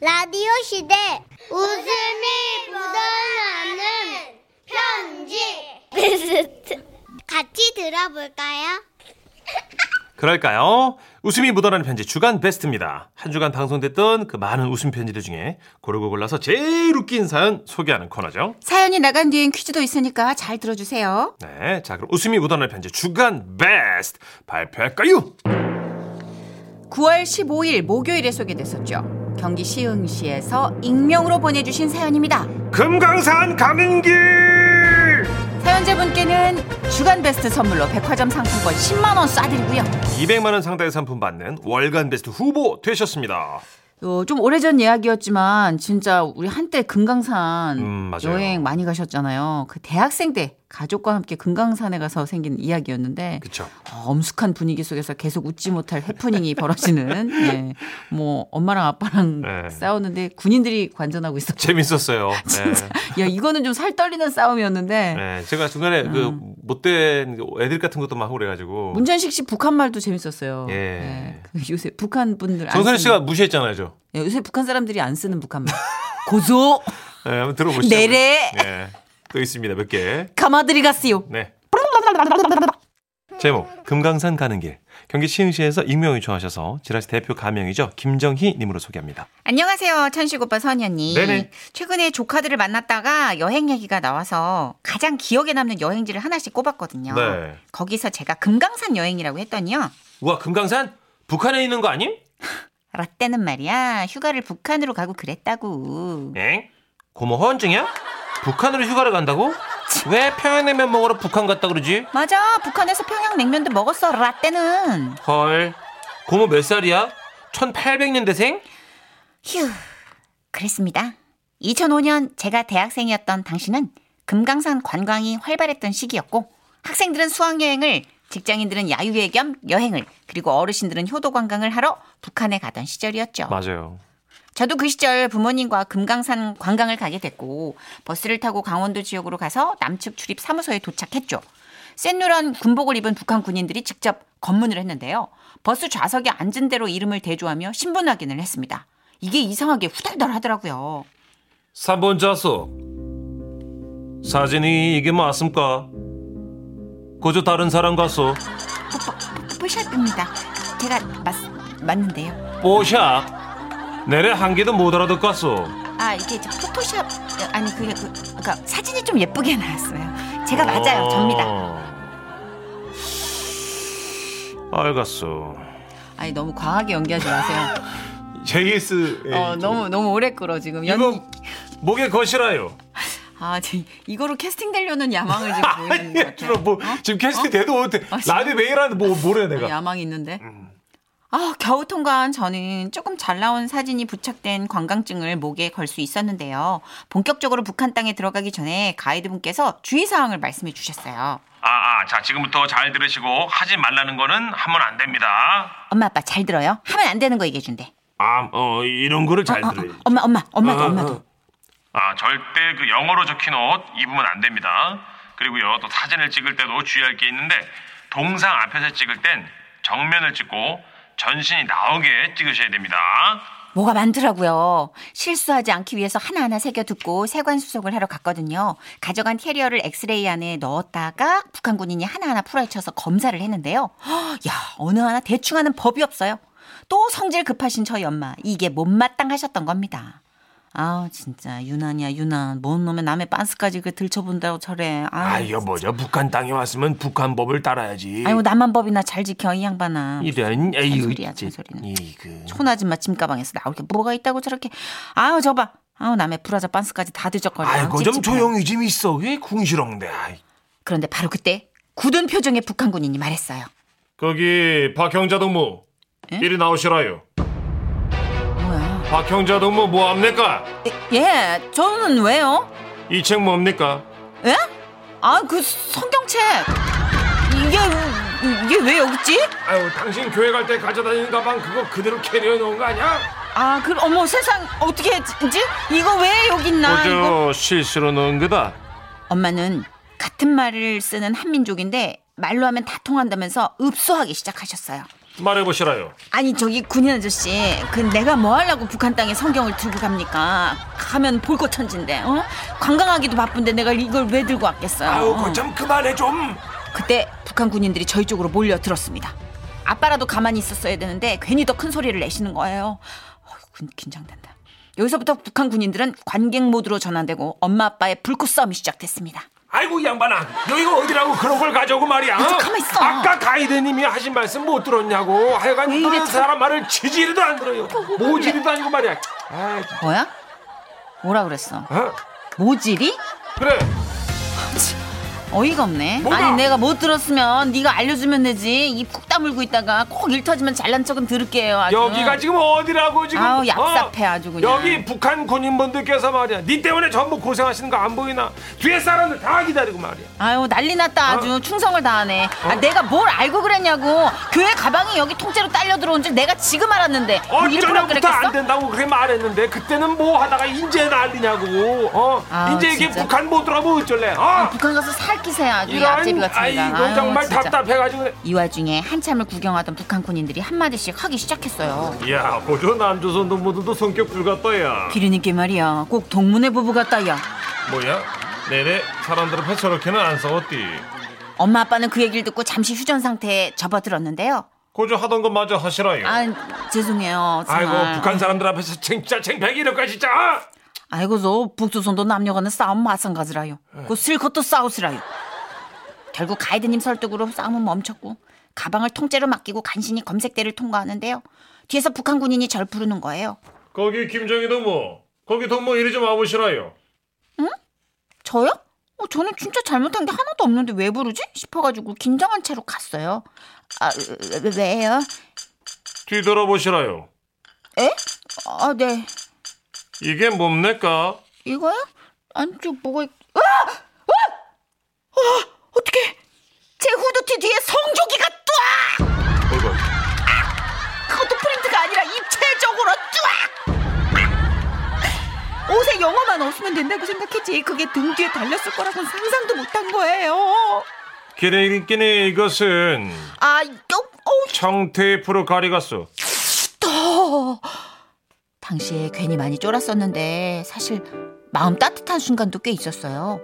라디오 시대 웃음이 묻어나는 편지 같이 들어볼까요? 그럴까요? 웃음이 묻어나는 편지 주간 베스트입니다. 한 주간 방송됐던 그 많은 웃음 편지들 중에 고르고 골라서 제일 웃긴 사연 소개하는 코너죠. 사연이 나간 뒤엔 퀴즈도 있으니까 잘 들어주세요. 네, 자 그럼 웃음이 묻어나는 편지 주간 베스트 발표할까요? 9월 15일 목요일에 소개됐었죠. 경기 시흥시에서 익명으로 보내주신 사연입니다. 금강산 가는 길 사연자분께는 주간 베스트 선물로 백화점 상품권 10만 원 쏴드리고요. 200만 원 상당의 상품 받는 월간 베스트 후보 되셨습니다. 어, 좀 오래전 이야기였지만 진짜 우리 한때 금강산 음, 맞아요. 여행 많이 가셨잖아요. 그 대학생 때 가족과 함께 금강산에 가서 생긴 이야기였는데 그렇죠. 어, 엄숙한 분위기 속에서 계속 웃지 못할 해프닝이 벌어지는 예. 뭐 엄마랑 아빠랑 네. 싸우는데 군인들이 관전하고 있었죠. 아, 재밌었어요. 네. 야 이거는 좀 살 떨리는 싸움이었는데 네, 제가 중간에 그 못된 애들 같은 것도 막 하고 그래가지고 음. 문전식 씨 북한 말도 재밌었어요. 예. 그 요새 북한 분들 안 정선희 쓰는- 씨가 무시했잖아요, 저. 예, 요새 북한 사람들이 안 쓰는 북한 말. 고소 네, 한번 들어보시죠. 내래. 네, 또 있습니다, 몇 개. 가마드리가스요. 네. 제목 금강산 가는 길 경기 시흥시에서 익명 요청하셔서 지라시 대표 가명이죠 김정희 님으로 소개합니다. 안녕하세요. 천식 오빠 선희 언니. 네네. 최근에 조카들을 만났다가 여행 얘기가 나와서 가장 기억에 남는 여행지를 하나씩 꼽았거든요. 네. 거기서 제가 금강산 여행이라고 했더니요. 우와 금강산 북한에 있는 거 아님? 라떼는 말이야 휴가를 북한으로 가고 그랬다고. 엥? 고모 허언증이야? 북한으로 휴가를 간다고? 왜 평양냉면 먹으러 북한 갔다 그러지? 맞아 북한에서 평양 냉면도 먹었어 라떼는. 헐 고모 몇 살이야? 1800년대생? 휴 그랬습니다. 2005년 제가 대학생이었던 당시는 금강산 관광이 활발했던 시기였고 학생들은 수학여행을 직장인들은 야유회 겸 여행을 그리고 어르신들은 효도 관광을 하러 북한에 가던 시절이었죠. 맞아요. 저도 그 시절 부모님과 금강산 관광을 가게 됐고 버스를 타고 강원도 지역으로 가서 남측 출입 사무소에 도착했죠. 센누런 군복을 입은 북한 군인들이 직접 검문을 했는데요. 버스 좌석에 앉은 대로 이름을 대조하며 신분 확인을 했습니다. 이게 이상하게 후달달 하더라고요. 3번 좌석 사진이 이게 맞습니까? 그저 다른 사람 갔어 뽀샵입니다. 제가 맞, 맞는데요. 뽀샵 내래 한 개도 못 알아듣겠어 아 이게 저 포토샵 아니 그게 그, 그러니까 사진이 좀 예쁘게 나왔어요. 제가 맞아요. 어. 접니다. 알겠어 아니 너무 과하게 연기하지 마세요. JS 어, 너무 너무 오래 끌어 지금 연 예. 이거 목에 거시라요 아, 지- 이거로 캐스팅 되려는 야망을 지금 보이는 것 같아요. 어, 그럼 뭐 지금 캐스팅 돼도 어때 아, 진짜? 라디오 매일 하는데 뭐 뭐래 어, 내가 음. 야망이 있는데. 아, 겨우 통과한 저는 조금 잘 나온 사진이 부착된 관광증을 목에 걸 수 있었는데요. 본격적으로 북한 땅에 들어가기 전에 가이드분께서 주의사항을 말씀해 주셨어요. 아, 아, 자 지금부터 잘 들으시고 하지 말라는 거는 하면 안 됩니다 엄마 아빠 잘 들어요? 하면 안 되는 거 얘기해 준대. 아, 어 이런 거를 잘 어, 어, 들어요 엄마 엄마 엄마도 엄마도. 아 절대 그 영어로 적힌 옷 입으면 안 됩니다. 그리고요 또 사진을 찍을 때도 주의할 게 있는데 동상 앞에서 찍을 땐 정면을 찍고 전신이 나오게 찍으셔야 됩니다. 뭐가 많더라고요. 실수하지 않기 위해서 하나하나 새겨 듣고 세관 수속을 하러 갔거든요. 가져간 캐리어를 엑스레이 안에 넣었다가 북한 군인이 하나하나 풀어헤쳐서 검사를 했는데요. 허, 야, 어느 하나 대충 하는 법이 없어요. 또 성질 급하신 저 연마. 이게 못마땅하셨던 겁니다. 아우 진짜 유난이야 유난 뭔 놈의 남의 빤스까지 그 들춰본다고 저래 아 아유 여보죠 북한 땅에 왔으면 북한 법을 따라야지. 아이고 남한 법이나 잘 지켜 이 양반아 이런 에이 뭐, 잔소리야, 잔소리는. 이그 촌 아줌마 찜가방에서 나올 게 뭐가 있다고 저렇게 아우 저봐 아우 남의 브라자 반스까지 다 뒤적거려 아이고 뭐 좀 찝찝해. 조용히 좀 있어 왜 궁시렁대. 아이. 그런데 바로 그때 굳은 표정의 북한 군인이 말했어요 거기 박형자 동무 에? 이리 나오시라요. 뭐야 박형자 동무 뭐 합니까? 예 저는 왜요 이 책 뭡니까? 예? 아 그 성경책 이게 이게 왜 여기 있지 아유 당신 교회 갈 때 가져다니는 가방 그거 그대로 캐리어 놓은 거 아니야? 아 그럼 어머 세상 어떻게 했지 이거 왜 여기 있나 이거 어저 실수로 넣은 거다. 엄마는 같은 말을 쓰는 한민족인데 말로 하면 다 통한다면서 읍소하기 시작하셨어요 말해보시라요. 아니 저기 군인 아저씨 그 내가 뭐 하려고 북한 땅에 성경을 들고 갑니까 가면 볼거 천진데 어? 관광하기도 바쁜데 내가 이걸 왜 들고 왔겠어요 아우 어. 그좀 그만해 좀. 그때 북한 군인들이 저희 쪽으로 몰려들었습니다 아빠라도 가만히 있었어야 되는데 괜히 더 큰 소리를 내시는 거예요 어휴, 군- 긴장된다 여기서부터 북한 군인들은 관객 모드로 전환되고 엄마 아빠의 불꽃 싸움이 시작됐습니다 아이고 이 양반아 여기가 어디라고 그런 걸 가져오고 말이야. 야, 좀 가만히 있어. 아까 가이드님이 하신 말씀 못 들었냐고. 하여간 왜 이래, 다른 참. 사람 말을 지지리도 안 들어요. 모지리도 아니고 말이야. 아, 뭐야? 뭐라 그랬어? 어? 모질이? 그래. 어이가 없네. 뭐가? 아니 내가 못 들었으면 네가 알려주면 되지. 입 꾹 다물고 있다가 콕 일터지면 잘난 척은 들을게요. 아주. 여기가 지금 어디라고 지금? 아우, 얍삽해, 아주 그냥. 여기 북한 군인분들께서 말이야. 니 때문에 전부 고생하시는 거 안 보이나? 뒤에 사람들 다 기다리고 말이야. 아유 난리 났다 어? 아주 충성을 다하네. 아 내가 뭘 알고 그랬냐고. 교회 가방이 여기 통째로 딸려 들어온 줄 내가 지금 알았는데. 뭐 일부러 어쩌냐부터 그랬겠어? 안 된다고 그렇게 말했는데 그때는 뭐 하다가 인제 난리냐고. 어? 아우, 인제 이게 진짜. 북한 못 들어가면 어쩔래? 어? 북한 가서 살기세요 아주 이 앞제비 이런 같은 아이 애가. 너 정말 진짜. 답답해가지고. 그래. 이 와중에 한참을 구경하던 북한 군인들이 한마디씩 하기 시작했어요. 야, 보조 남조선 동무들도 성격 불같다야. 비리님께 말이야 꼭 동문회 부부 같다 야. 뭐야? 내내 사람들은 패쳐놓기는 안 싸웠디. 엄마 아빠는 그 얘기를 듣고 잠시 휴전 상태에 접어들었는데요. 고조 하던 것마저 하시라요. 아 죄송해요. 정말. 아이고 북한 사람들 앞에서 진짜 쟁팽이 이럴까 진짜. 아! 아이고 저 북조선도 남녀간의 싸움 마찬가지라요. 네. 그 실컷도 싸우시라요. 결국 가이드님 설득으로 싸움은 멈췄고 가방을 통째로 맡기고 간신히 검색대를 통과하는데요. 뒤에서 북한 군인이 절 부르는 거예요. 거기 김정희 동무. 거기 동무 이리 좀 와보시라요. 저요? 어, 저는 진짜 잘못한 게 하나도 없는데 왜 부르지? 싶어가지고 긴장한 채로 갔어요. 아 으, 으, 왜요? 뒤돌아보시라요. 에? 아네 이게 뭡니까? 이거요? 안쪽 뭐가 있... 아! 아! 아! 어떻게? 제 후드티 뒤에 성조기가 뚜악! 어이구. 그것도 프린트가 아니라 입체적으로 뚜악! 아! 옷에 영어만 없으면 된다고 생각했지 그게 등 뒤에 달렸을 거라고는 상상도 못한 거예요. 기레기끼니 이것은 아, 이거 어우 청테이프로 가리갔어. 또. 당시에 괜히 많이 쫄았었는데 사실 마음 따뜻한 순간도 꽤 있었어요.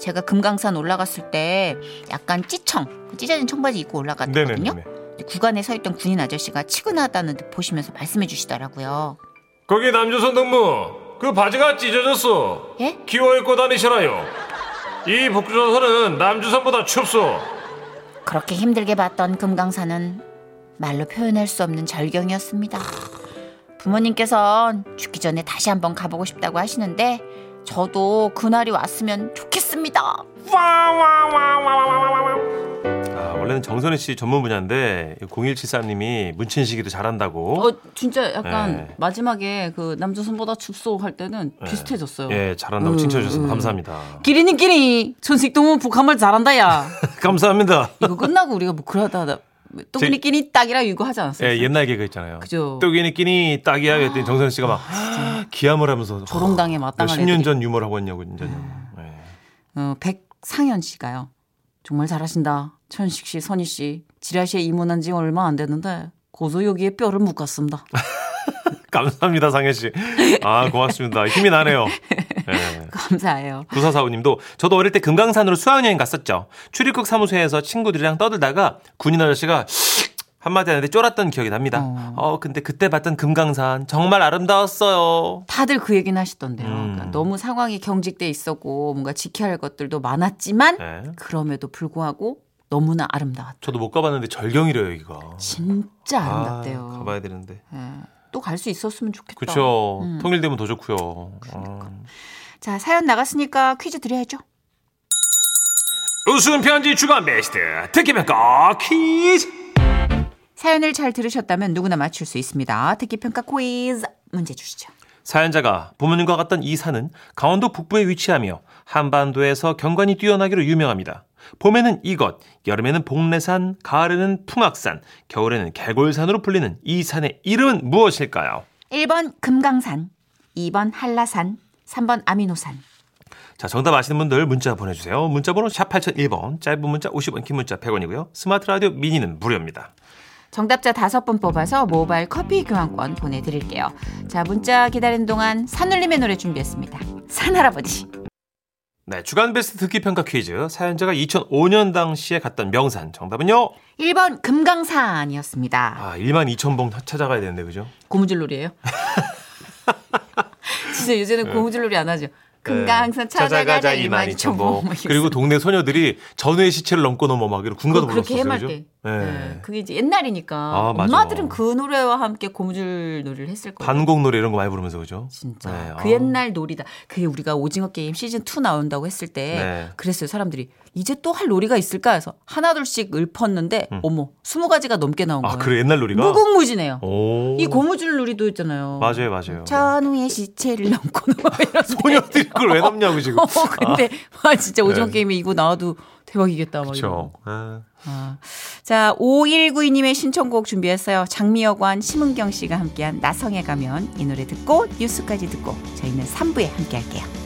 제가 금강산 올라갔을 때 약간 찌청, 찢어진 청바지 입고 올라갔거든요. 네네네. 근데 구간에 서 있던 군인 아저씨가 치근하다는 듯 보시면서 말씀해 주시더라고요. 거기 남조선 동무. 그 바지가 찢어졌어. 예? 기어 입고 다니시라요. 이 북조선은 남조선보다 춥소. 그렇게 힘들게 봤던 금강산은 말로 표현할 수 없는 절경이었습니다. 부모님께선 죽기 전에 다시 한번 가보고 싶다고 하시는데 저도 그날이 왔으면 좋겠습니다. 아, 원래는 정선희 씨 전문 분야인데 0173님이 문친식이도 잘한다고. 어 진짜 약간 네. 마지막에 그 남조선보다 춥소 할 때는 비슷해졌어요. 음. 예, 잘한다고 칭찬해주셔서 감사합니다. 기리님끼리 천식동은 북한말 잘한다야. 감사합니다. 이거 끝나고 우리가 뭐 그러다 하다 또끼리끼리 딱이라 이거 하지 않았어요? 예, 옛날 개그 있잖아요. 그죠. 아, 떡이니 끼니 딱이야 그랬더니 정선희 씨가 막 기함을 하면서 조롱당해 마땅한 10년 애들이. 전 유머를 하고 있냐고 이제. 예. 어, 백상현 씨가요. 정말 잘하신다. 천식 씨, 선희 씨, 지라 씨의 이문한 지 얼마 안 됐는데 고소 여기에 뼈를 묶었습니다. 감사합니다, 상현 씨. 아, 고맙습니다. 힘이 나네요. 예. 감사해요. 구사사오님도 저도 어릴 때 금강산으로 수학여행 갔었죠. 출입국 사무소에서 친구들이랑 떠들다가 군인 아저씨가 한마디 하는데 쫄았던 기억이 납니다. 어. 근데 그때 봤던 금강산 정말 아름다웠어요. 다들 그 얘기는 하시던데요. 음. 그러니까 너무 상황이 경직돼 있었고 뭔가 지켜야 할 것들도 많았지만 네. 그럼에도 불구하고 너무나 아름다웠다. 저도 못 가봤는데 절경이래요, 여기가. 진짜 아, 아름답대요. 가봐야 되는데. 또 갈 수 있었으면 좋겠다. 그쵸. 통일되면 더 좋고요. 어. 자, 사연 나갔으니까 퀴즈 드려야죠. 웃음 편지 주간 베스트 특기평가 퀴즈. 사연을 잘 들으셨다면 누구나 맞출 수 있습니다. 듣기 평가 퀴즈 문제 주시죠. 사연자가 부모님과 갔던 이 산은 강원도 북부에 위치하며 한반도에서 경관이 뛰어나기로 유명합니다. 봄에는 이것, 여름에는 복례산, 가을에는 풍악산, 겨울에는 개골산으로 불리는 이 산의 이름은 무엇일까요? 1번 금강산, 2번 한라산, 3번 아미노산. 자, 정답 아시는 분들 문자 보내주세요. 문자번호 샵 8001번, 짧은 문자 50원, 긴 문자 100원이고요. 스마트 라디오 미니는 무료입니다. 정답자 다섯 분 뽑아서 모바일 커피 교환권 보내드릴게요. 자, 문자 기다리는 동안 산울림의 노래 준비했습니다. 산할아버지. 네, 주간 베스트 듣기 평가 퀴즈. 사연자가 2005년 당시에 갔던 명산. 정답은요? 1번 금강산이었습니다. 아, 1만 2천 봉 찾아가야 되는데, 그죠? 고무줄놀이에요? 진짜 네. 요새는 고무줄놀이 안 하죠. 금강산 찾아가자 22,000보. 뭐 그리고 동네 소녀들이 전우의 시체를 넘고 넘어 막 이런 군가도 그렇게 불렀었어요. 해말 그죠? 때. 예. 네, 그게 이제 옛날이니까 아, 맞아. 엄마들은 그 노래와 함께 고무줄놀이를 했을 거예요. 반곡 노래 이런 거 많이 부르면서 그죠? 진짜 네, 그 아. 옛날 놀이다. 그게 우리가 오징어 게임 시즌 2 나온다고 했을 때 네. 그랬어요. 사람들이 이제 또 할 놀이가 있을까 해서 하나 둘씩 읊었는데 어머 20가지가 넘게 나온 음. 아, 거예요. 그래 옛날 놀이가. 무궁무진해요. 오. 이 고무줄 놀이도 있잖아요. 맞아요, 맞아요. 전후의 시체를 넘고 넘어 이런 소녀들이 그걸 왜 넘냐고 지금. 어, 근데 와 진짜 오징어 네. 게임에 이거 나와도 대박이겠다. 막 이런. 그렇죠. 아. 아. 자, 5192님의 신청곡 준비했어요. 장미여관 심은경 씨가 함께한 나성에 가면 이 노래 듣고 뉴스까지 듣고 저희는 3부에 함께할게요.